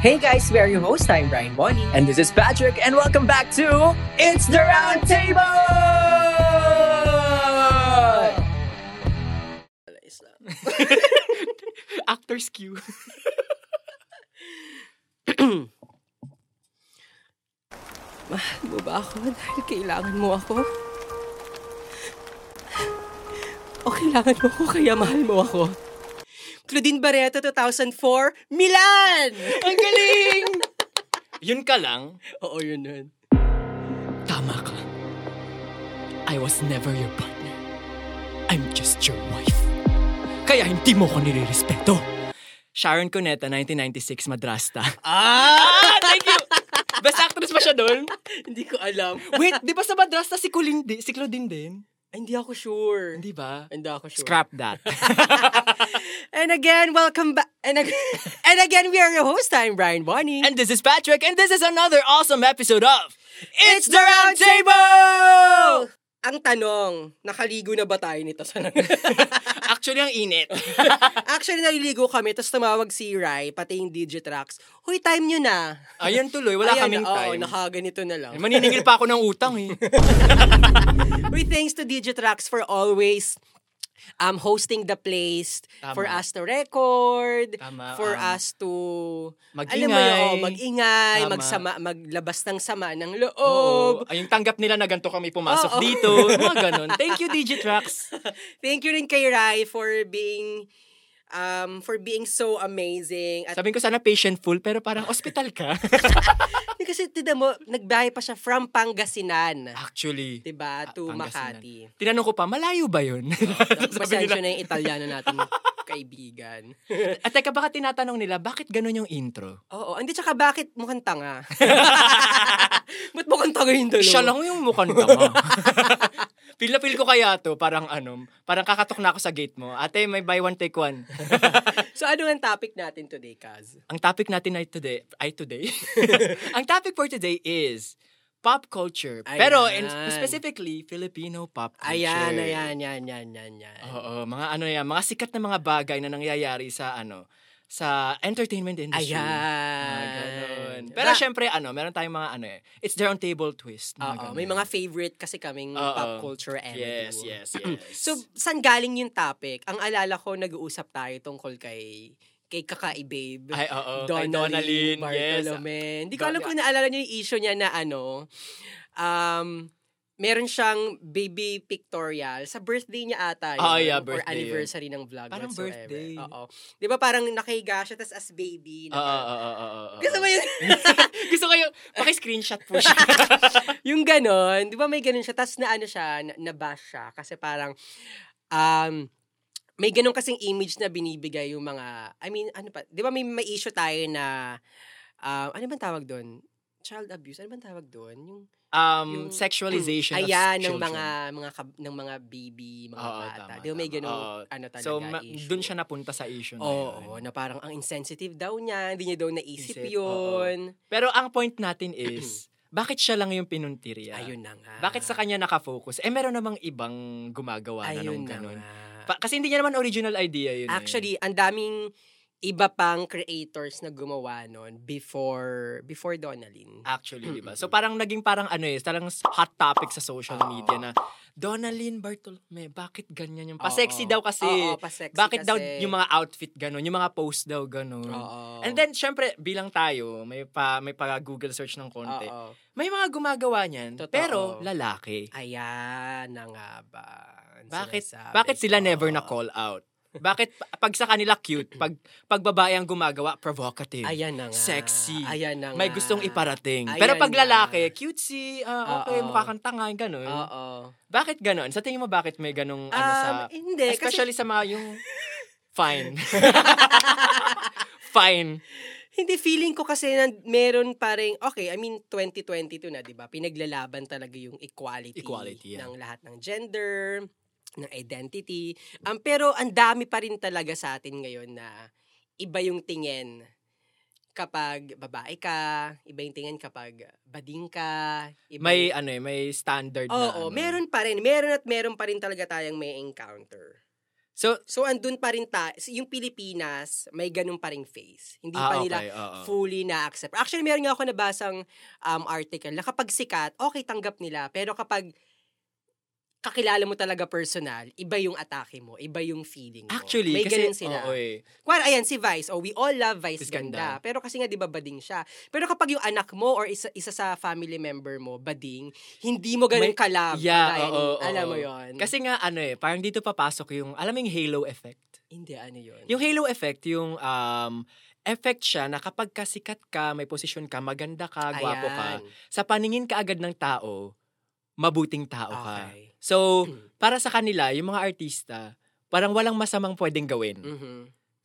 Hey guys, we are your host. I'm Brian Bonnie. And this is Patrick, and welcome back to It's the Round Table! Actor's cue. Mahal mo ba ako dahil kailangan mo ako? O kailangan mo ako kaya mahal mo ako? Claudine Barreto, 2004, Milan! Ang galing! Yun ka lang? Oo, yun nun. Tama ka. I was never your partner. I'm just your wife. Kaya hindi mo ko nilirespeto. Sharon Cuneta, 1996, Madrasta. Ah! Thank you! Best actress pa siya doon? hindi ko alam. Wait, di ba sa Madrasta si, Colin di, si Claudine din? Ay, hindi ako sure. Di ba? Hindi ako sure. Scrap that. And again, welcome back. And, ag- and again, we are your host. I'm Brian Bonnie. and this is Patrick, and this is another awesome episode of It's the Round Table! ang tanong, nakaligo na ba tayo nito? Sa- Actually, ang init. Actually, naliligo kami, tapos tumawag si Rai, pati yung Digitrax. Huy, time nyo na. Ayun tuloy, wala Ayan, kaming oo, time. nakaganito na lang. Maniningil pa ako ng utang eh. We thanks to Digitrax for always um hosting the place Tama. for us to record, Tama, for um, us to mag-ingay. Alam mo yun, oo, mag-ingay, Tama. magsama, maglabas ng sama ng Oo. loob. Ay, yung tanggap nila na ganito kami pumasok Oo. dito. Mga ganun. Thank you, Digitrax. Thank you rin kay Rai for being um for being so amazing at Sabihin ko sana patientful, pero parang hospital ka. kasi tida mo nagbiyahe pa siya from Pangasinan Actually, 'di ba to Ah, Pangasinan. Makati tinanong ko pa, malayo ba yun? Sabi Pasensya nila, na yung Italiano natin kaibigan at teka, baka tinatanong nila, bakit ganun yung intro? oo hindi tsaka bakit mukhang tanga ba't mukhang tanga yung dalawa Siya lang yung mukhang tama. feel na feel ko kaya to, parang ano, parang kakatok na ako sa gate mo. Ate, may buy one, take one. so ano ang topic natin today Kaz Ang topic natin ay today, ay today. ang topic for today is pop culture. Pero in, Ayan. specifically, Filipino pop culture. ayan ayan yan yan yan yan Oo, mga ano yan, mga sikat na mga bagay na nangyayari sa ano, sa entertainment industry. Mga ganun. ayan Pero Ba- syempre, ano, meron tayong mga ano eh. It's their own table twist. mga Oo, ganun. may mga favorite kasi kaming Oo. pop culture and Yes, yes, yes. So, saan galing yung topic? Ang alala ko, nag-uusap tayo tungkol kay kay Kakai Babe. ay, oo, Oh, kay Donalyn, Donnelly yes. Bartolome. Hindi ko Don- alam kung naalala niyo yung issue niya na ano, um, meron siyang baby pictorial sa birthday niya ata. yun, Ah, yeah, Or birthday anniversary ng vlog. Parang whatsoever. birthday. Oo. Di ba parang nakahiga siya, tas as baby. Oo, naka- oo, oo, oo, oo. Gusto mo yun? Gusto ko yung, paki-screenshot po siya. yung ganon, di ba may ganon siya, tapos na ano siya, na, nabash siya, kasi parang, um, may ganon kasing image na binibigay yung mga, I mean, ano pa, di ba may, may issue tayo na, um, ano bang tawag doon? Child abuse, ano bang tawag doon? Yung, Um, Yung- sexualization of ayan, ng children. mga, mga, kab- ng mga baby, mga Oo, bata. tama, Di ba may tama. ganong, Oo. ano talaga, So, ma- issue? dun siya napunta sa issue na yun. Oo, na parang ang insensitive daw niya, hindi niya daw naisip Isip, oo. yun. Pero ang point natin is, bakit siya lang yung pinuntirya? Ayun na nga. Bakit sa kanya nakafocus? Eh, meron namang ibang gumagawa na Ayun nung na ganun. nga. Pa- kasi hindi niya naman original idea yun. eh. Actually, ang daming iba pang creators na gumawa noon before before Donalyn. Actually, di ba? So parang naging parang ano eh, parang hot topic sa social Oo. media na, Donalyn Bartolome, bakit ganyan yung... Pa-sexy Oo. daw kasi. Oo, pa-sexy bakit daw kasi. yung mga outfit ganun, yung mga post daw ganun. Oo. And then, syempre, bilang tayo, may pa may pa Google search ng konti. Oo. May mga gumagawa niyan, Totoo. pero lalaki. Ayan na nga ba? ang Bakit sinasabi bakit sila ko? never na call out? Bakit pa- pag sa kanila cute, pag pag babae ang gumagawa, provocative. Ayan na nga. Sexy. Ayan na nga. May gustong iparating. Ayan Pero pag na. lalaki, cutesy, ah, okay, Oo. mukha kang tanga, ganun. Oo. Bakit ganun? Sa tingin mo, bakit may ganung ano sa... Um, hindi. especially sa mga yung... Fine. Fine. Hindi, feeling ko kasi na meron pa rin, okay, I mean, 2022 na, di ba? Pinaglalaban talaga yung equality, Equality, yeah. ng lahat ng gender, ng identity. Um, pero ang dami pa rin talaga sa atin ngayon na iba yung tingin kapag babae ka, iba yung tingin kapag bading ka. Iba May yung- ano eh, may standard na. Oo, ano. meron pa rin. Meron at meron pa rin talaga tayong may encounter. So, So, andun pa rin ta, so, yung Pilipinas, may ganun pa rin face. Hindi ah, pa nila okay, oo. fully na-accept. Actually, meron nga ako nabasang um, article na kapag sikat, okay, tanggap nila. Pero kapag kakilala mo talaga personal, iba yung atake mo, iba yung feeling mo. Actually, May kasi, ganun sila. oo eh. Kuwan, ayan, si Vice, oh, we all love Is Vice ganda. ganda. Pero kasi nga, di ba, bading siya. Pero kapag yung anak mo or isa, isa sa family member mo, bading, hindi mo ganun May- kalab. Yeah, Kagaya oo, ni- alam oo. mo yon Kasi nga, ano eh, parang dito papasok yung, alam mo yung halo effect? hindi, ano yun. Yung halo effect, yung um, effect siya na kapag kasikat ka, may posisyon ka, maganda ka, gwapo ka, Ayan. sa paningin ka agad ng tao, mabuting tao ka. Okay. So, Mm. para sa kanila, yung mga artista, parang walang masamang pwedeng gawin. Mhm.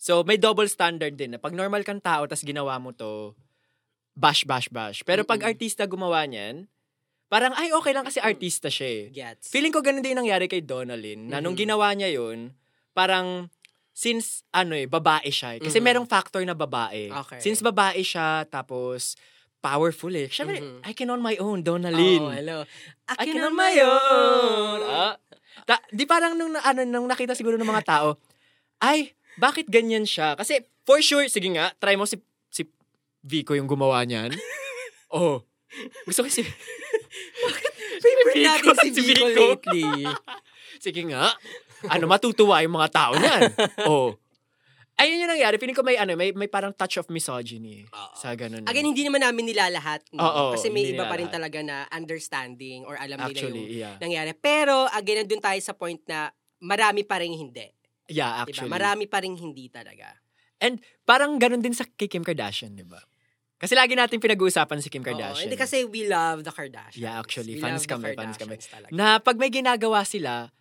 So, may double standard din. Na pag normal kang tao, tas ginawa mo to, bash, bash, bash. Pero pag Mm-mm. artista gumawa niyan, parang, ay, okay lang kasi artista siya eh. Gets. Feeling ko ganun din yung nangyari kay Donalyn. Na nung Mhm. ginawa niya yun, parang, since, ano eh, babae siya eh. Kasi Mhm. merong factor na babae. Okay. Since babae siya, tapos, powerful eh. Siyempre, Mhm. I can on my own, Donalyn. Oh, hello. I can on my own. Ah. Ta- di parang nung, na- ano, nung nakita siguro ng mga tao, ay, bakit ganyan siya? Kasi for sure, sige nga, try mo si, si Vico yung gumawa niyan. oh. Gusto ko si... Favorite Vico, natin si si Vico Vico. lately. Sige nga. Ano, matutuwa yung mga tao niyan. oh. Ayun yung nangyari. Feeling ko may, ano, may, may parang touch of misogyny. Oo. Sa ganun. eh. Again, hindi naman namin nilalahat. No? Oo, Kasi may hindi iba pa rin nilalahat. talaga na understanding or alam nila yung actually, yeah. nangyari. Pero, again, nandun tayo sa point na marami pa rin hindi. Yeah, Diba? actually. Marami pa rin hindi talaga. Parang ganun din sa kay Kim Kardashian, di ba? Kasi lagi natin pinag-uusapan si Kim Oo, Kardashian. hindi kasi we love the Kardashians. Yeah, actually, We fans love the kami, fans kami. Kardashians Talaga. Na pag may ginagawa sila,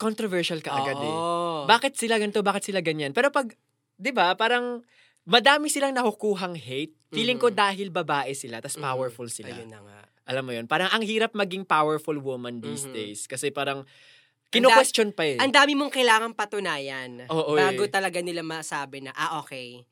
controversial ka agad eh. Oo. Bakit sila ganito, bakit sila ganyan? Pero pag, di ba, parang madami silang nakukuhang hate. Feeling Mhm. ko dahil babae sila, tas Mhm. powerful sila. Ayun na nga. Alam mo yun? Parang ang hirap maging powerful woman these Mhm. days. Kasi parang, kino-question pa eh. Ang dami mong kailangan patunayan Oo, eh. bago talaga nila masabi na, ah, okay,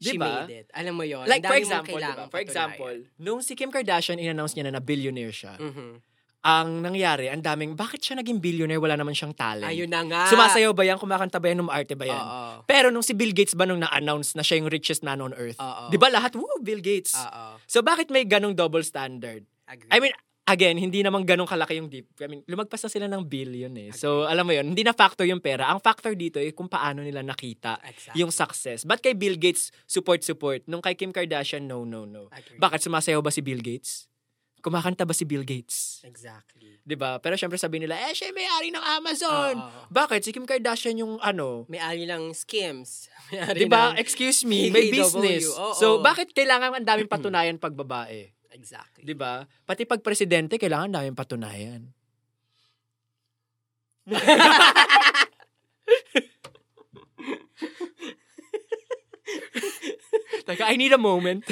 she Diba? made it. Alam mo yun. like, ang for dami mong example, di ba? kailangan For example, nung si Kim Kardashian, in-announce niya na na billionaire siya. patunayan. Mhm. Ang nangyari, ang daming, bakit siya naging billionaire? Wala naman siyang talent. Ayun na nga. Sumasayaw ba yan? Kumakanta ba yan? Umaarte ba yan? Oo. Pero nung si Bill Gates ba nung na-announce na siya yung richest man on earth? Oo. Di ba lahat, woo, Bill Gates. Oo. So bakit may ganong double standard? Agree. I mean, again, hindi naman ganong kalaki yung deep. I mean, lumagpas na sila ng billion eh. So alam mo yun, hindi na factor yung pera. Ang factor dito ay kung paano nila nakita Exactly. yung success. Ba't kay Bill Gates, support, support? Nung kay Kim Kardashian, no, no, no. Agree. Bakit sumasayaw ba si Bill Gates? Kumakanta ba si Bill Gates? Exactly. 'Di ba? Pero syempre sabi nila, eh, siya yung may-ari ng Amazon. Oo. Bakit? Si Kim Kardashian yung ano, May-ari ng skims. May-ari Di ba? ng- Excuse me, may PKW, business. oo. So, bakit kailangan ang daming patunayan pag babae? Exactly. Di ba? Pati pag presidente, kailangan daming patunayan. Teka, I need a moment.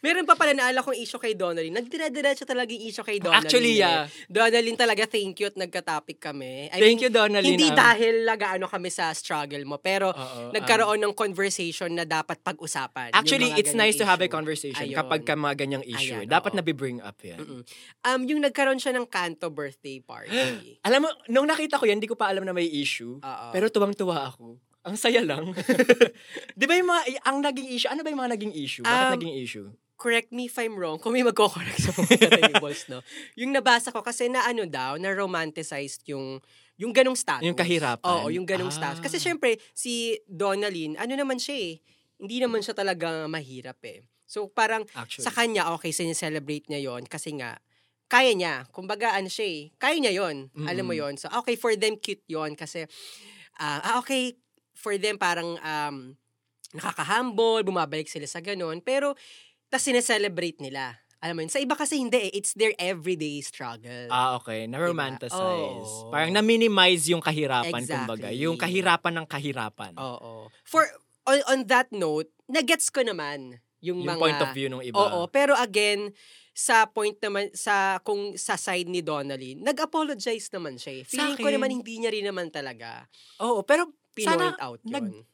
Meron pa pala naala kong issue kay Donnelly. Nagdire-diretso talaga yung issue kay Donnelly. Actually, eh. yeah. Donnelly talaga, thank you at nagka-topic kami. I Thank mean, you, Donnelly. Hindi na- dahil nagaano kami sa struggle mo, pero Oo, nagkaroon ng conversation na dapat pag-usapan. yung Um, Actually, mga it's ganyang nice to have a issue. conversation Ayun. kapag ka mga ganyang issue. eh. Ayan, Dapat oo. nabibring up yan. Mm-mm. Um, yung nagkaroon siya ng kanto birthday party. Alam mo, nung nakita ko yan, hindi ko pa alam na may issue. Oo. Pero tuwang-tuwa ako. Ang saya lang. Di ba yung mga, y- ang naging issue, ano ba yung mga naging issue? Bakit Um, naging issue? correct me if I'm wrong, kung may magko-correct sa mga tables, no? Yung nabasa ko, kasi na ano daw, na romanticized yung, yung ganong status. Yung kahirapan? Oo, yung ganong Ah. status. Kasi syempre, si Donalyn, ano naman siya eh, hindi naman siya talaga mahirap eh. So parang Actually. sa kanya, okay, sineselebrate niya yon kasi nga, kaya niya. Kumbaga, ano siya eh, kaya niya yon Alam mo Mm-mm. yon So, okay, for them, cute yon kasi, ah, ah, okay, for them, parang um, nakakahambol, bumabalik sila sa ganun. Pero, tas sineselebrate nila. Alam mo yun, sa iba kasi hindi eh. It's their everyday struggle. ah, okay. Na-romanticize. Diba? Oo. Parang na-minimize yung kahirapan, Exactly. kumbaga. Yung kahirapan ng kahirapan. Oo. For, on, on that note, nagets ko naman yung, yung mga... point of view ng iba. Oo, pero again, sa point naman, sa kung sa side ni Donnelly, nag-apologize naman siya eh. Sa Feeling ko akin? naman hindi niya rin naman talaga Oo, pero pinoint sana, out yun. nag-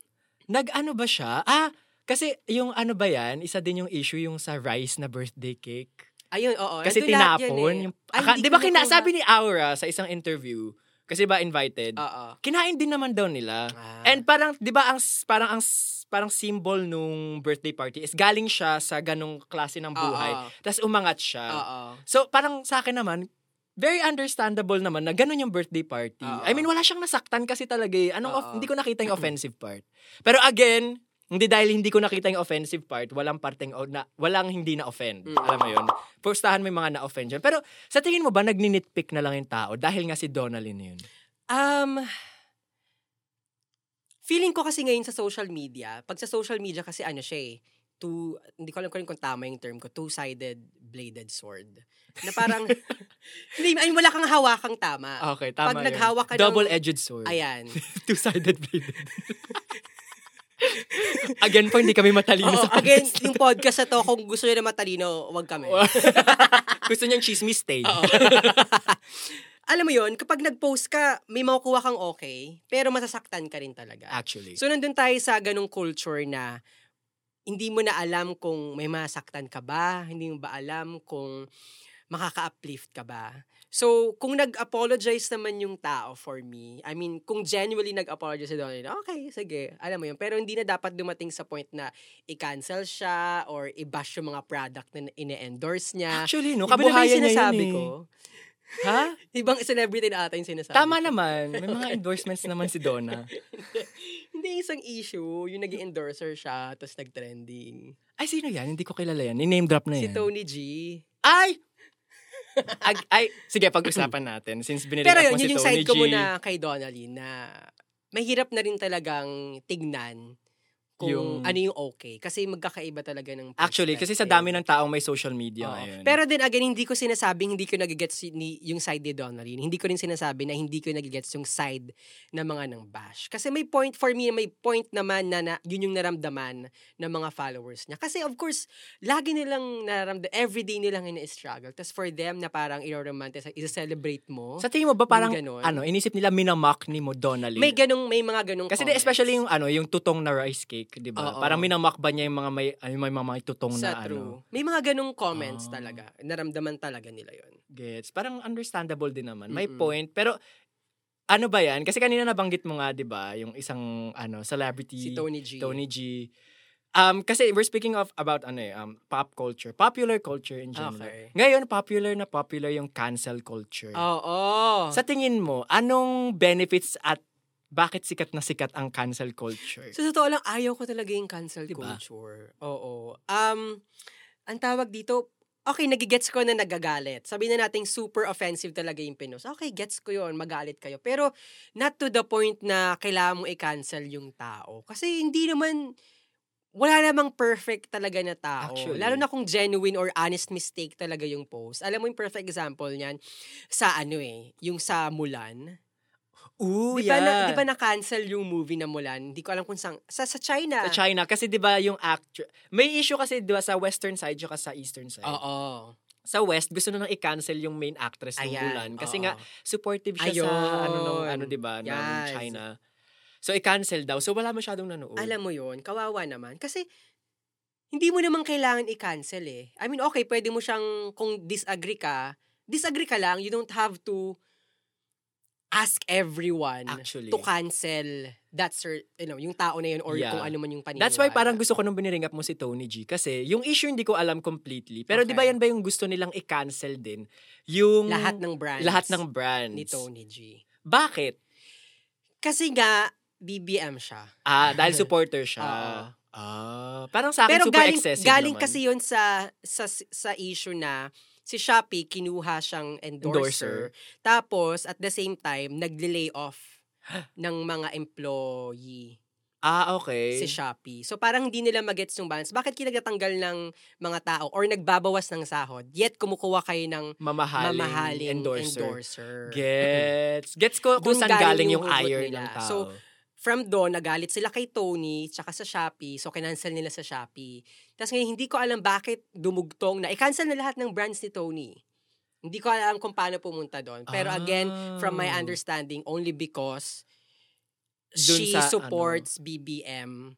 nag-ano ba siya? Ah, kasi yung ano ba yan, isa din yung issue yung sa rice na birthday cake. Ayun, oo. Kasi nandun lahat yun tinapon. eh. yung, Ay, aka- di hindi ko ba kina, nakuha. sabi ni Aura sa isang interview, Kasi ba invited? Oo. kinain din naman daw nila. Ah. And parang 'di ba ang s- parang ang s- parang symbol nung birthday party is galing siya sa ganong klase Ah, ng buhay. Oo. Tapos umangat siya. Oo. So parang sa akin naman very understandable naman na ganun yung birthday party. Oo. I mean, wala siyang nasaktan kasi talaga eh. Anong off- Oo. hindi ko nakita yung offensive part. Pero again, hindi dahil hindi ko nakita yung offensive part, walang parteng o- na walang hindi na offend. Mm. Alam mo 'yun. Pustahan may mga na-offend dyan. Pero sa tingin mo ba nagninitpick na lang yung tao dahil nga si Donalyn 'yun? Um, feeling ko kasi ngayon sa social media, pag sa social media kasi ano siya eh, two, hindi ko alam kung kung tama yung term ko, two-sided bladed sword. Na parang, hindi, ay, wala kang hawakang tama. Okay, tama Ah, Pag yun. naghawak ka ng- Double-edged sword. Ayan. Two-sided blade. Again po, hindi kami matalino Oo, sa again, podcast. yung podcast na to, kung gusto nyo na matalino, wag kami. Gusto niyang chismis stay. Oo. alam mo yon kapag nag-post ka, may makukuha kang okay, pero masasaktan ka rin talaga. Actually. So, nandun tayo sa ganong culture na hindi mo na alam kung may masaktan ka ba, hindi mo ba alam kung makaka-uplift ka ba. So, kung nag-apologize naman yung tao for me, I mean, kung genuinely nag-apologize si Donald, okay, sige, alam mo yun. Pero hindi na dapat dumating sa point na i-cancel siya or i-bash yung mga product na ine-endorse niya. Actually, no, Ah, Iba naman kabuhayan niya Ah, yung yun sinasabi eh. ko. Ha? Ibang celebrity na ata yung sinasabi Tama ko. naman. May mga endorsements naman si Donna. Hindi isang issue, yung nag endorser siya, tapos nag-trending. Ay, sino yan? Hindi ko kilala yan. Ni-name drop na Si yan. Tony G. Ay! Ag- ay, sige, pag-usapan natin. Since binilig Pero up yun, mo si yun yung Tony side ko G. muna kay Donnelly na mahirap na rin talagang tignan kung Yung- ano yung okay. Kasi magkakaiba talaga ng Actually, kasi sa dami ng taong may social media Oo. ngayon. Oh, Pero din again, hindi ko sinasabing hindi ko nagigets y- ni, yung side ni Donnelly. Hindi ko rin sinasabi na hindi ko nagigets yung side ng mga ng bash. Kasi may point, for me, may point naman na, na yun yung naramdaman ng mga followers niya. Kasi of course, lagi nilang naramdaman, everyday nilang ina-struggle. Tapos for them na parang i-romanticize, i-celebrate mo. sa tingin mo ba parang, Yung ganun. ano, inisip nila minamock ni mo Donalyn? may ganong, may mga ganong Kasi di, comments. especially yung ano, yung tutong na rice cake, 'di ba? Oo. Parang minamakba niya yung mga may ano, may mga may tutong na ano. sa true. May mga ganong comments Ah. talaga. Naramdaman talaga nila yon. Gets. Parang understandable din naman. May Mm-mm. point, pero ano ba 'yan? Kasi kanina nabanggit mo nga, 'di ba, yung isang ano, celebrity Si Tony G. Tony G. Um, kasi we're speaking of about ano eh, um, pop culture, popular culture in general. Okay. Oh. Ngayon, popular na popular yung cancel culture. Oo. Sa tingin mo, anong benefits at bakit sikat na sikat ang cancel culture? Sa totoo lang, ayaw ko talaga yung cancel Diba? culture. Oo. Um, ang tawag dito, okay, nagigets ko na nagagalit. Sabi na nating super offensive talaga yung pinos. Okay, gets ko yon magalit kayo. Pero not to the point na kailangan mo i-cancel yung tao. Kasi hindi naman, wala namang perfect talaga na tao. Actually. Lalo na kung genuine or honest mistake talaga yung post. Alam mo yung perfect example niyan sa ano eh, yung sa Mulan. Ooh, Di ba, na, di ba na-cancel yung movie na Mulan? Hindi ko alam kung saan. Sa, sa China. sa China kasi 'di ba yung actor may issue kasi 'di ba sa western side tsaka sa eastern side. Oo. Sa west gusto na nang i-cancel yung main actress ng Mulan kasi oo. nga supportive siya sa Ayun. ano nung ano 'di ba ng Yes. China. So i-cancel daw. So wala masyadong nanood. Alam mo yon kawawa naman. Kasi, hindi mo naman kailangan i-cancel eh. I mean, okay, pwede mo siyang, kung disagree ka, disagree ka lang, you don't have to ask everyone actually. to cancel that cer- you know, yung tao na yun or Yeah. kung ano man yung paniniwala. That's why parang gusto ko nung biniring up mo si Tony G kasi yung issue hindi ko alam completely. Pero 'di ba Okay. yan ba yung gusto nilang i-cancel din yung lahat ng brands lahat ng brands. ni Tony G. Bakit? Kasi nga, BBM siya. Ah, dahil supporter siya. Oo. Ah, parang sa akin Pero super galing, excessive galing naman. kasi yun sa, sa sa issue na si Shopee kinuha siyang endorser. Tapos at the same time nagle-lay off ng mga employee Ah, okay. si Shopee. So parang hindi nila magets yung balance. Bakit kinagtatanggal ng mga tao or nagbabawas ng sahod yet kumukuha kayo ng mamahaling, mamahaling endorser. endorser. Gets. Gets ko kung Doon saan galing galing yung yung hugot ire nila. ng tao. So, From doon, nagalit sila kay Tony tsaka sa Shopee. So, kinancel nila sa Shopee. Tapos ngayon, hindi ko alam bakit dumugtong na. I-cancel na lahat ng brands ni Tony. Hindi ko alam kung paano pumunta doon. Pero again, from my Ah. understanding, only because Dun she sa, ano? supports BBM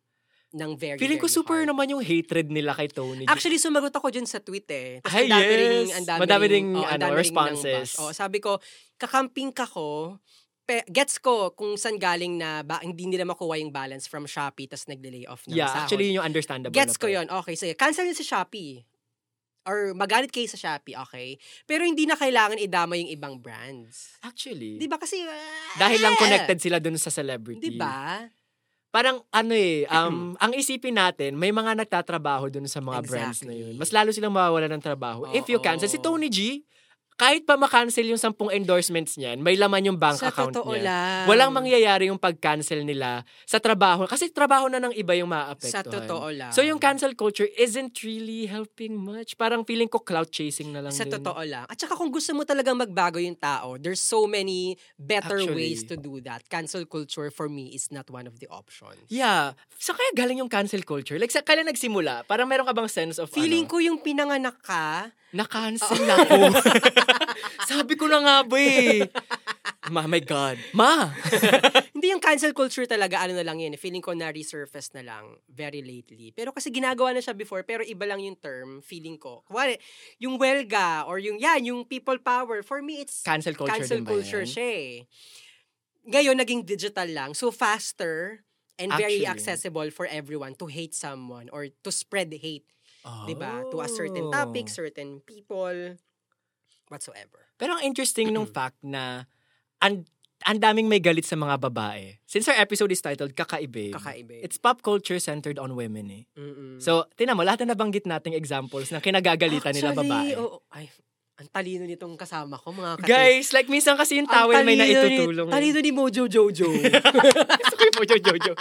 ng very, Feeling ko very super hard. naman yung hatred nila kay Tony. G. Actually, sumagot ako dyan sa tweet eh. Tapos Ay, ang dami yes. ring- ang dami Madami ring, ring, oh, ang ano, dami ring nang responses. bash. Oh, sabi ko, kakamping ka ko, pe- gets ko kung saan galing na ba, hindi nila makuha yung balance from Shopee tas nag-delay off ng Yeah, sahod. actually yun yung understandable. Gets na ko part. yon Okay, sige. Cancel yun sa Shopee. Or magalit kayo sa Shopee, okay? Pero hindi na kailangan idama yung ibang brands. Actually. Di ba kasi... ah, Dahil lang connected sila dun sa celebrity. Di ba? Parang ano eh, um, ang isipin natin, may mga nagtatrabaho dun sa mga brands na Exactly. yun. Mas lalo silang mawawala ng trabaho. If you Oo. cancel, si Tony G, kahit pa makancel yung sampung endorsements niyan, may laman yung bank Sa account totoo niya. lang. Walang mangyayari yung pag-cancel nila sa trabaho. Kasi trabaho na ng iba yung Sa maaapektuhan. totoo lang. So yung cancel culture isn't really helping much. Parang feeling ko clout chasing na lang Sa din. totoo lang. At saka kung gusto mo talagang magbago yung tao, there's so many better Actually. ways to do that. Cancel culture for me is not one of the options. Yeah. Sa kaya galing yung cancel culture? Like, sa kailan nagsimula? Parang meron ka bang sense of Feeling ano? ko yung pinanganak ka, Na-cancel na ako. Sabi ko na nga ba eh. Ma, my God. Ma! hindi yung cancel culture talaga, ano na lang yun. Feeling ko na-resurface na lang very lately. Pero kasi ginagawa na siya before, pero iba lang yung term, feeling ko. Kuwari, yung welga or yung yan, yung people power, for me it's Cancel culture cancel din ba culture yan? siya eh. Ngayon, naging digital lang. So, faster and Actually. very accessible for everyone to hate someone or to spread hate, Oh. 'di ba? To a certain topic, certain people, whatsoever. Pero ang interesting Mm. nung fact na ang ang daming may galit sa mga babae. Since our episode is titled Kakaibe, Kakaiba. Mm. it's pop culture centered on women eh. Mm-mm. So, tinan mo, lahat na nabanggit nating examples ng kinagagalitan nila Actually, babae. oo. ay, ang talino nitong kasama ko, mga kapatid. Guys, like minsan kasi yung Ang towel may talino ni- naitutulong. eh. Talino ni Mojo Jojo. Gusto ko yung Mojo Jojo.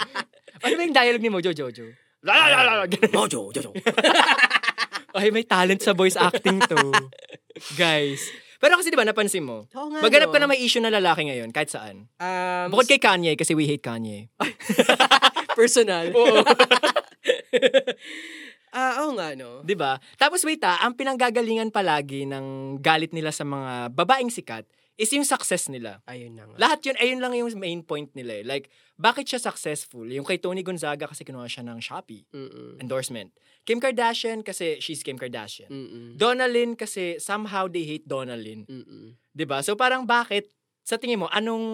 Ano ba yung dialogue ni Mojo Jojo? La la la la la. Mojo Jojo. Ay, may talent sa voice acting to. Guys. Pero kasi di ba, napansin mo, Oo nga, maghanap ka na no? may issue na lalaki ngayon, kahit saan. Um, Bukod kay Kanye, kasi we hate Kanye. personal. Oo. Ah, oo nga, no? Di ba? Tapos wait ah, ang pinanggagalingan palagi ng galit nila sa mga babaeng sikat is yung success nila. Ayun na nga. Lahat yun, ayun lang yung main point nila eh. Like, bakit siya successful? Yung kay Tony Gonzaga kasi kinuha siya ng Shopee Mm-mm. endorsement. Kim Kardashian kasi she's Kim Kardashian. Mm-mm. Donalyn kasi somehow they hate Donalyn. Mm-mm. 'Di ba? So parang bakit sa tingin mo anong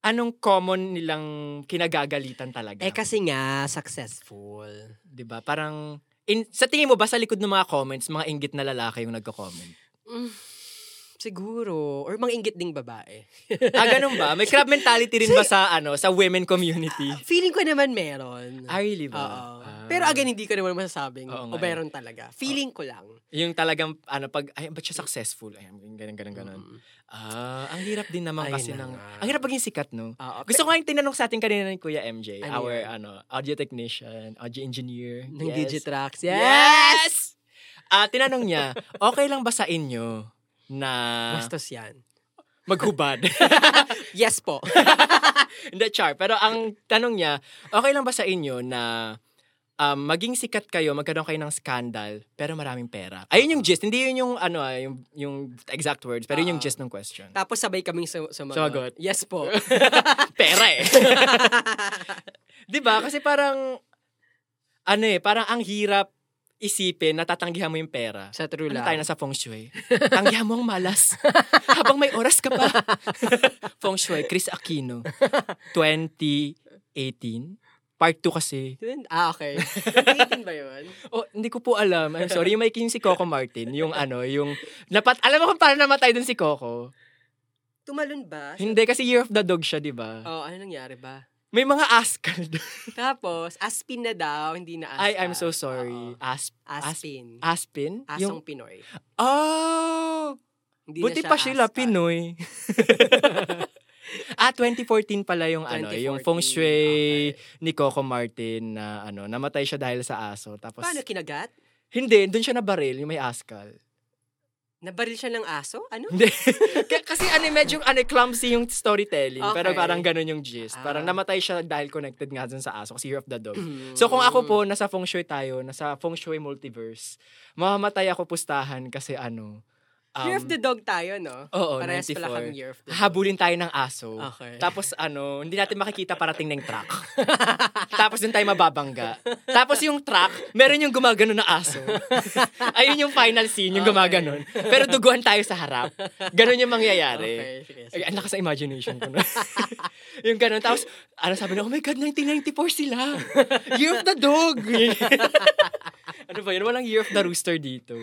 anong common nilang kinagagalitan talaga? Eh kasi nga, successful. 'Di ba? Parang in, sa tingin mo ba sa likod ng mga comments, mga inggit na lalaki yung nagko-comment? Mm, siguro. Or manginggit ding babae. ah, ganun ba? May crab mentality rin ba sa ano, sa women community? Feeling ko naman meron. Ah, really ba? Oo. Ah. Pero again, hindi ko naman masasabing Oo nga eh. o meron talaga. Feeling ko lang. yung talagang ano pag ay ba't siya successful? Ay, ganun ganun ganun. Mm. Ah, ang hirap din naman Ayun kasi na ng nga. ang hirap maging sikat, no? Oo. Gusto ko nga yung tinanong sa atin kanina ni Kuya MJ, Ano our yun? ano, audio technician, audio engineer. ng Yes. Digitrax. Yes! Yes! Ah, tinanong niya, okay lang ba sa inyo na Bastos yan. maghubad? Yes po. Hindi, char. Pero ang tanong niya, okay lang ba sa inyo na um, maging sikat kayo, magkaroon kayo ng scandal, pero maraming pera? Ayun yung gist. Hindi yun yung, ano, ah, yung, yung exact words, pero yun yung Oo. gist ng question. Tapos sabay kaming sum- sumagot. Sumagot. Yes po. pera eh. 'Di ba? Kasi parang ano eh, parang ang hirap isipin na tatanggihan mo yung pera. Sa true Ano lang. tayo na sa feng shui? Tanggihan mo ang malas. Habang may oras ka pa. feng shui, Chris Aquino. 2018. Part 2 kasi. Dun- Ah, okay. Nag-18 ba yun? Oh, hindi ko po alam. I'm sorry. Yung may kin si Coco Martin. Yung ano, yung... Napat, alam mo kung paano namatay dun si Coco? Tumalon ba? Hindi, kasi Year of the Dog siya, di ba? Oh, ano nangyari ba? May mga askal dun. Tapos, Aspin na daw, hindi na Aspin. Ay, I'm so sorry. Asp, Aspin. Aspin? Asong Pinoy. oh! Hindi Buti na siya pa sila, aspal. Pinoy. ah, 2014 pala yung ano, yung feng 2014, shui okay. ni Coco Martin na ano, namatay siya dahil sa aso. Tapos, Paano kinagat? hindi, doon siya nabaril, yung may askal. Nabaril siya ng aso? Ano? Hindi. K- kasi ano, medyo ano, clumsy yung storytelling. Pero Okay. parang ganun yung gist. Parang Ah. namatay siya dahil connected nga dun sa aso kasi Year of the Dog. Mm. So kung ako po, nasa feng shui tayo, nasa feng shui multiverse, mamamatay ako pustahan kasi ano, Year of the Dog tayo, no? Oo, Parehas pala 94. kami Year of the Dog. Habulin tayo ng aso. Okay. Tapos ano, hindi natin makikita parating na yung truck. Tapos dun tayo mababangga. Tapos yung truck, meron yung gumagano na aso. Ayun yung final scene, yung Okay. gumaganon. Pero duguan tayo sa harap. Ganon yung mangyayari. Okay, sige, sige. Ay, ang lakas ng imagination ko na. yung ganon. Tapos, ano sabi na, oh my God, 1994 sila. Year of the Dog. ano ba yun? Walang Year of the Rooster dito.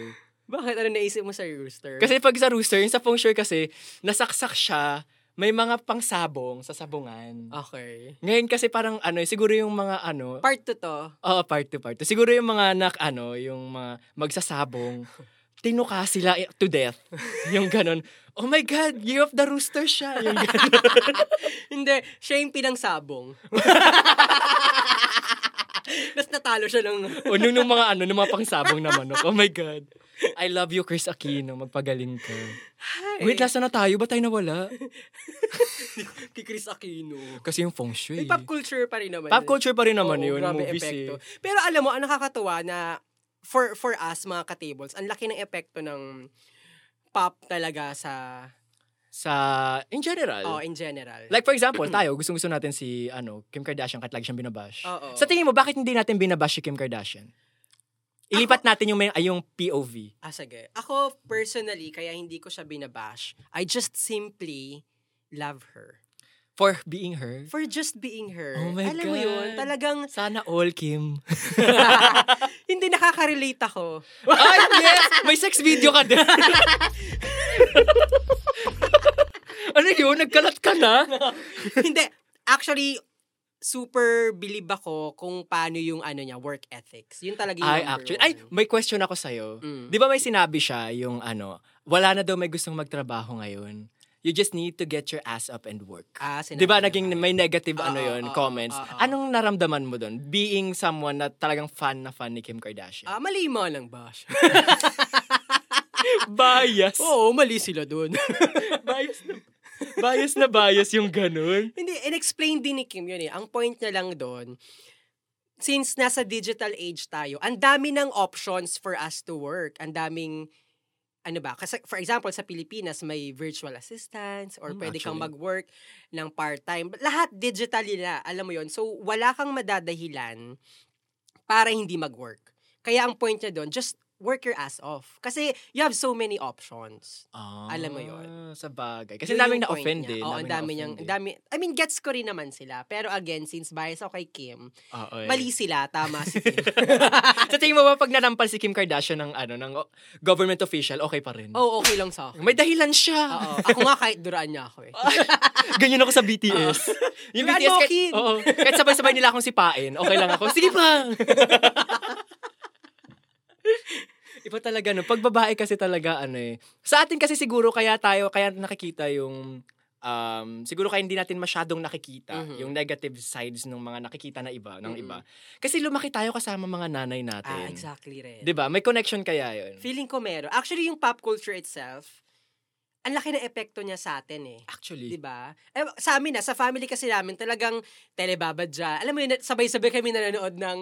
Bakit? Ano naisip mo sa rooster? Kasi pag sa rooster, yung sa feng shui kasi, nasaksak siya, may mga pangsabong sa sabungan. Ah. Okay. Ngayon kasi parang ano, siguro yung mga ano, Part 2 to. oo, part to part. to. Siguro yung mga nak ano, yung mga magsasabong, tinuka sila eh, to death. Yung ganun. Oh my God, year of the rooster siya. Yung ganun. Hindi, siya yung pinangsabong. Tapos natalo siya ng... o nung, nung mga ano, nung mga pangsabong na manok. Oh my God. I love you, Chris Aquino. Magpagaling ka. Eh. Wait, nasa na tayo? Ba't tayo nawala? Kay Chris Aquino. Kasi yung feng shui. May pop culture pa rin naman. Pop yun. culture pa rin naman Oo, yun. grabe movies epekto. eh. Pero alam mo, ang nakakatuwa na for for us, mga ka-tables, ang laki ng epekto ng pop talaga sa, sa in general. oh, in general. Like for example, tayo gustong-gusto natin si ano, Kim Kardashian kahit lagi siyang binabash. Oo. Sa tingin mo bakit hindi natin binabash si Kim Kardashian? Ilipat natin yung may, ay, yung POV. ah, sige. Ako, personally, kaya hindi ko siya binabash. I just simply love her. For being her. For just being her. Oh my alam mo yun, God. talagang, Sana all Kim. hindi nakaka-relate ako. ay, yes! May sex video ka din. ano yun? Nagkalat ka na? Hindi. Actually, super believe ako kung paano yung ano niya, work ethics. Yun talaga yung Ay, number actually. one. Ay, may question ako sa'yo. Mm. Di ba may sinabi siya yung ano, wala na daw may gustong magtrabaho ngayon. You just need to get your ass up and work. Ah, sinabi Di ba niya. naging may negative ano Oo, yon oo, comments. oo, oo. Anong naramdaman mo doon? Being someone na talagang fan na fan ni Kim Kardashian. Ah, mali mo lang ba? bias. Oo, mali sila dun. Oh, bias na bias na bias yung ganun. Hindi, in-explain din ni Kim yun eh. Ang point niya lang doon, since nasa digital age tayo, ang dami ng options for us to work. Ang daming, ano ba, kasi for example, sa Pilipinas, may virtual assistants or Mm, pwede kang actually. mag-work ng part-time. Lahat digital nila, alam mo yon So, wala kang madadahilan para hindi mag-work. Kaya ang point niya doon, just work your ass off. Kasi you have so many options. Alam mo yun. Ah, Sa bagay. Kasi Yun daming yung point na-offend niya. eh. Oo, ang dami niyang, ang na-offend eh. dami, I mean, gets ko rin naman sila. Pero again, since bias ako kay Kim, Oo, eh. mali sila, tama si Kim. Sa tingin mo ba pag nanampal si Kim Kardashian ng ano ng o- government official, okay pa rin? Oo, okay lang sa akin. May dahilan siya. Oo, ako nga kahit duraan niya ako eh. Ganyan ako sa BTS. Yung BTS, You're kahit, unlocking. Ah. oo, kahit sabay-sabay nila akong sipain, okay lang ako. Sige pa! Iba talaga, no? Pag babae kasi talaga, ano eh. Sa atin kasi siguro kaya tayo, kaya nakikita yung, um, siguro kaya hindi natin masyadong nakikita Mhm. yung negative sides ng mga nakikita na iba, ng Mhm. iba. Kasi lumaki tayo kasama mga nanay natin. ah, exactly rin. 'Di ba? May connection kaya yun. Feeling ko meron. Actually, yung pop culture itself, ang laki na epekto niya sa atin eh. Actually. 'Di ba? Eh, sa amin na, sa family kasi namin talagang telebabadya. Alam mo yun, sabay-sabay kami nanonood ng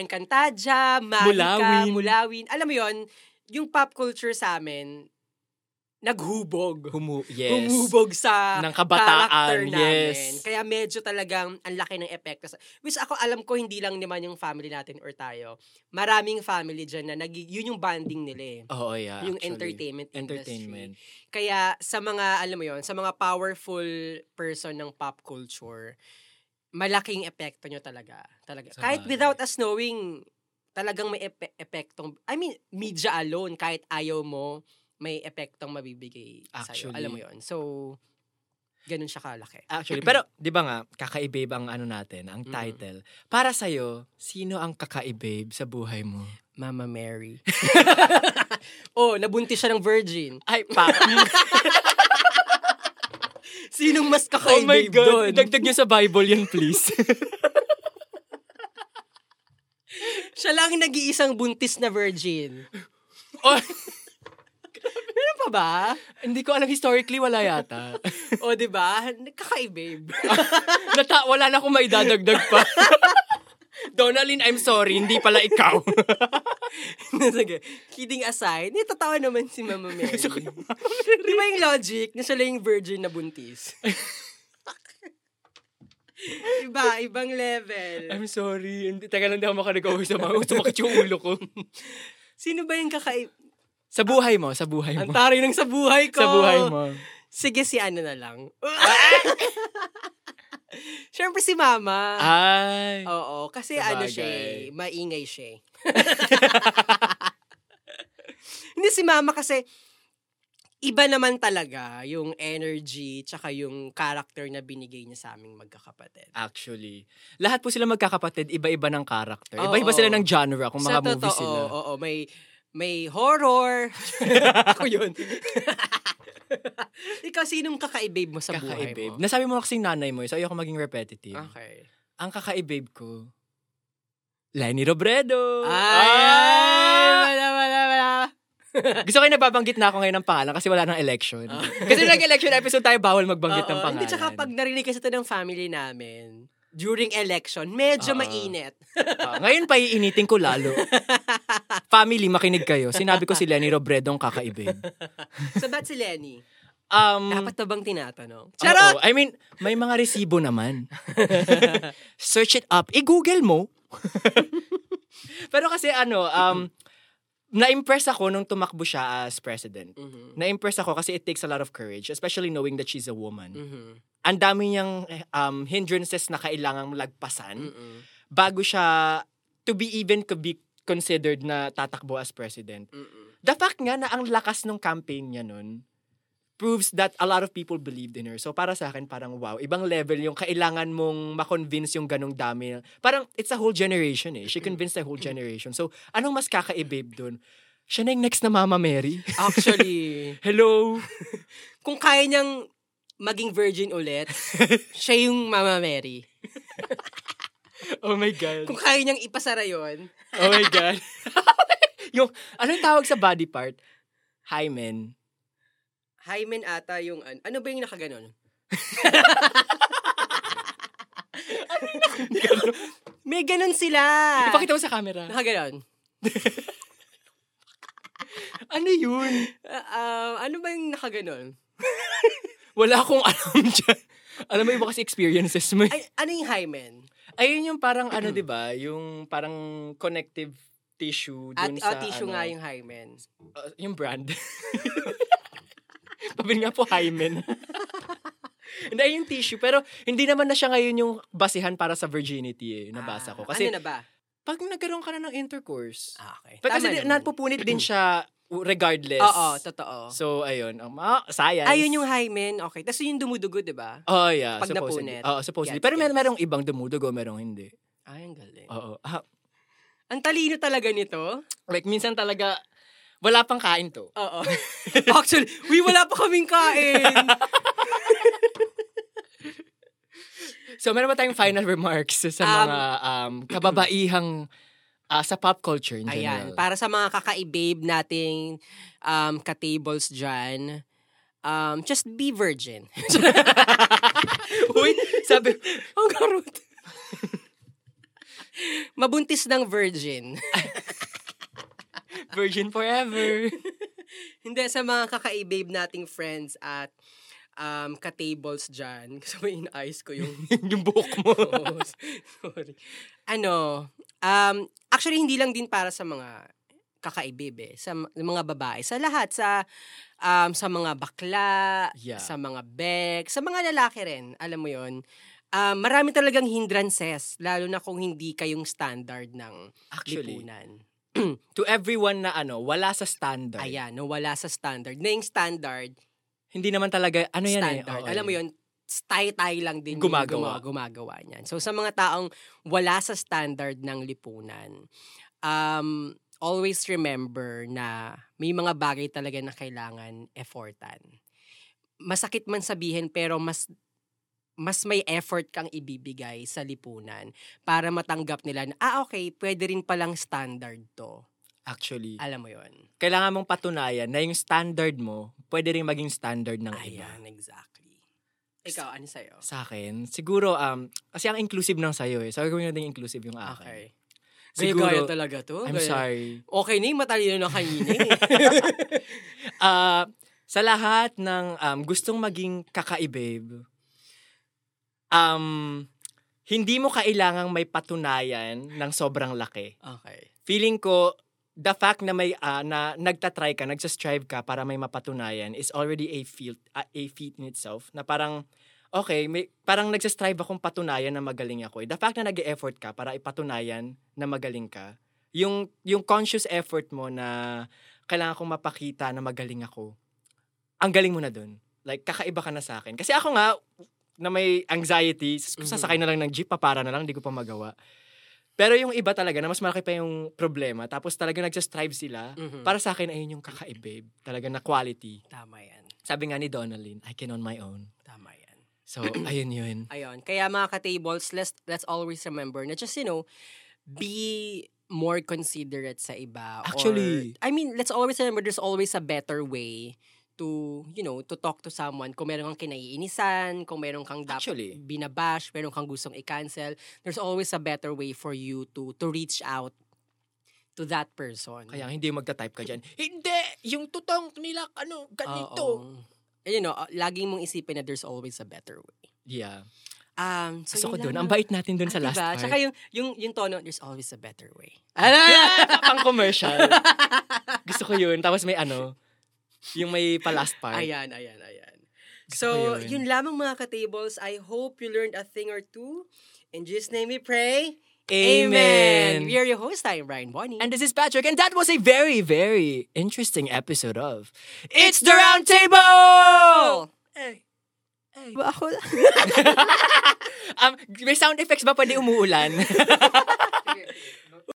Encantadia, Magica, Mulawin. Mulawin. Alam mo yun, yung pop culture sa amin, naghubog. Humu- yes. Humubog sa Ng kabataan, character namin. yes. Kaya medyo talagang ang laki ng epekto. Sa, which ako alam ko hindi lang naman yung family natin or tayo. Maraming family dyan na nag, yun yung bonding nila eh. Oo, yeah. Ah, yung actually. entertainment industry. Entertainment. Kaya sa mga, alam mo yon sa mga powerful person ng pop culture, malaking epekto nyo talaga. talaga. Sa Kahit bagay. without us knowing, talagang may epe- epektong, I mean, media alone, kahit ayaw mo, may epektong mabibigay sa'yo. Actually. Alam mo yon So, ganun siya kalaki. Actually, pero 'di ba nga kakaibabe ang ano natin, ang Mm. title. Para sa sino ang kakaibabe sa buhay mo? Mama Mary. oh, nabuntis siya ng virgin. Ay, oh pa. Sinong mas oh my kakaibig god. doon? Dagdag niyo sa Bible 'yan, please. Siya lang ang nag-iisang buntis na virgin. oh, Ano pa ba? hindi ko alam historically wala yata. O, diba? di ba? Kakaibabe. Nata, wala na akong maidadagdag pa. Donalyn, I'm sorry, hindi pala ikaw. Sige. Kidding aside, natatawa naman si Mama Mary. Gusto ko yung Di ba yung logic na siya lang yung virgin na buntis? Iba, ibang level. I'm sorry. Hindi, taga lang di ako makanagawa sa mga sumakit yung ulo ko. Sino ba yung kakaib... sa buhay mo, sa buhay Ang mo. taray ng sa buhay ko. Sa buhay mo. Ah! Sige, si ano na lang. Siyempre si Mama. Ay. Oo, kasi Sabagay. ano siya eh, maingay siya eh. Hindi si Mama kasi iba naman talaga yung energy tsaka yung character na binigay niya sa aming magkakapatid. Actually. Lahat po sila magkakapatid, iba-iba ng character. Oo. Iba-iba sila ng genre kung mga sa movies totoo, sila. oo, may may horror. Ako yun. Ikaw, sinong kakaibabe mo sa buhay Kakaibabe. mo? Ah. Nasabi mo kasi nanay mo, so ayoko maging repetitive. Okay. Ang kakaibabe ko, Lenny Robredo. Ay! Ah! Wala, wala, wala. Gusto ko yung nababanggit na ako ngayon ng pangalan kasi wala nang election. kasi nung nag-election episode tayo, bawal magbanggit ng Ah. Oo, pangalan. Hindi, tsaka pag narinig kasi ito ng family namin, during election, medyo Oo. mainit. Ah, ngayon pa iinitin ko lalo. Family, makinig kayo. Sinabi ko si Lenny Robredo ang kakaibabe. so, ba't si Lenny? Um, Dapat na bang tinatanong? oo. Charot! I mean, may mga resibo naman. Search it up. I-google mo. Pero kasi ano, um, na-impress ako nung tumakbo siya as president. Mhm. Na-impress ako kasi it takes a lot of courage, especially knowing that she's a woman. Mhm. Ang dami niyang eh, um, hindrances na kailangang lagpasan Mhm. bago siya to be even to be considered na tatakbo as president. Mhm. the fact nga na ang lakas ng campaign niya nun proves that a lot of people believed in her. So para sa akin, parang wow, ibang level yung kailangan mong makonvince yung ganong dami. Parang it's a whole generation eh. She convinced a whole generation. So anong mas kakaibabe dun? Siya na yung next na Mama Mary. Actually, Hello? kung kaya niyang maging virgin ulit, siya yung Mama Mary. Oh my God. Kung kaya niyang ipasara yon Oh my God. yung, anong tawag sa body part? Hymen. hymen ata yung, an- ano ba yung nakaganon? May ganon sila. Ano Ipakita mo sa camera. Nakaganon. Ano yun? Ah, ah, ano ba yung nakaganon? Wala akong alam dyan. Alam mo, iba kasi experiences mo. eh. Ay, ano yung hymen? Ayun yung parang ano, 'di ba? Yung parang connective tissue At dun oh, sa tissue ano, nga yung hymen. uh, yung brand. Pabili nga po hymen. Hindi, ayun yung tissue. Pero hindi naman na siya ngayon yung basihan para sa virginity eh, nabasa ko. Ah, Kasi ano na ba? pag nagkaroon ka na ng intercourse, Ah, okay. pag kasi Tama di- naman. napupunit din siya regardless. Oo, totoo. So, ayun. Um, ah, science. Ayun yung hymen, okay. Tapos yun yung dumudugo, di ba? Oh, yeah. Pag supposedly. napunit. Oo, supposedly. Gets, Pero mer- gets. merong ibang dumudugo, merong hindi. Ay, ang galing. Oo. Ah, Oh. Ang talino talaga nito. like, minsan talaga, wala pang kain to. Oo. Actually, we wala pa kaming kain. So, meron ba tayong final remarks sa Um, mga um, kababaihang ah, sa pop culture in Ayan, general? para sa mga kakaibabe nating um, ka-tables dyan, um, just be virgin. Uy, sabi, Ang garot. Mabuntis ng virgin. virgin forever. Hindi, sa mga kakaibabe nating friends at um, ka-tables dyan. Kasi may inaayos ko yung... yung buhok mo. Oo, Sorry. Ano, um, actually, hindi lang din para sa mga kakaibabe, eh. sa m- mga babae, sa lahat, sa um, sa mga bakla, Yeah. sa mga bek, sa mga lalaki rin, alam mo yon Um, marami talagang hindrances, lalo na kung hindi kayong standard ng Actually, lipunan. to everyone na ano, wala sa standard. Ayan, no, wala sa standard. Na yung standard, Hindi naman talaga, ano yan eh. standard. oo, Alam mo yun, tay-tay lang din Gumagawa. yung gumawa, gumagawa niyan. So sa mga taong wala sa standard ng lipunan, um, always remember na may mga bagay talaga na kailangan effortan. Masakit man sabihin pero mas mas may effort kang ibibigay sa lipunan para matanggap nila na, ah okay, pwede rin palang standard to. Actually, Alam mo yon kailangan mong patunayan na yung standard mo, pwede rin maging standard ng iba. Ayan, exactly. Ikaw, ano sa'yo? Sa akin, siguro, um, kasi ang inclusive ng sayo eh. Sabi ko yung inclusive yung akin. Okay. Siguro, Siguro, talaga to. I'm Gaya. sorry. Okay na yung matalino na kanina eh. Ah, sa lahat ng um, gustong maging kakaibabe, um, hindi mo kailangang may patunayan ng sobrang laki. okay. Feeling ko, the fact na may ah, na nagtatry ka, nagsastrive ka para may mapatunayan is already a feat, a feat in itself na parang okay, may, parang nagsastrive akong patunayan na magaling ako. The fact na nag-effort ka para ipatunayan na magaling ka, yung yung conscious effort mo na kailangan kong mapakita na magaling ako. Ang galing mo na dun. Like, kakaiba ka na sa akin. Kasi ako nga, na may anxiety, sas- Mhm. sasakay na lang ng jeep, papara na lang, hindi ko pa magawa. Pero yung iba talaga, na mas malaki pa yung problema, tapos talaga nagsastrive sila, Mhm. para sa akin, ayun yung kakaibabe. Talaga na quality. Tama yan. Sabi nga ni Donalyn, I can on my own. Tama yan. So, ayun yun. Ayun. Kaya mga ka-tables, let's, let's always remember na just, you know, be more considerate sa iba. or- Actually- I mean, let's always remember there's always a better way to, you know, to talk to someone. Kung meron kang kinaiinisan, kung meron kang dapat Actually, binabash, meron kang gustong i-cancel, there's always a better way for you to to reach out to that person. kaya hindi magta-type ka dyan. Hindi! Yung tutong nila, ano, ganito. Oo. You know, uh, laging mong isipin na there's always a better way. Yeah. Um, so Gusto ko yun dun. lang, Ang no? bait natin dun sa Ah, last diba? part. Tsaka yung, yung, yung tono, there's always a better way. Ano? pang commercial. Gusto ko yun. Tapos may ano, yung may pa last part. ayan, ayan, ayan. ko So, yun. yun. lamang mga ka-tables. I hope you learned a thing or two. In Jesus' name we pray. Amen. We are your host. I'm Brian Bonnie. And this is Patrick, and that was a very, very interesting episode of It's the Round Table! Oh. Hey. Hey. ako. um, may sound effects ba pwede umuulan?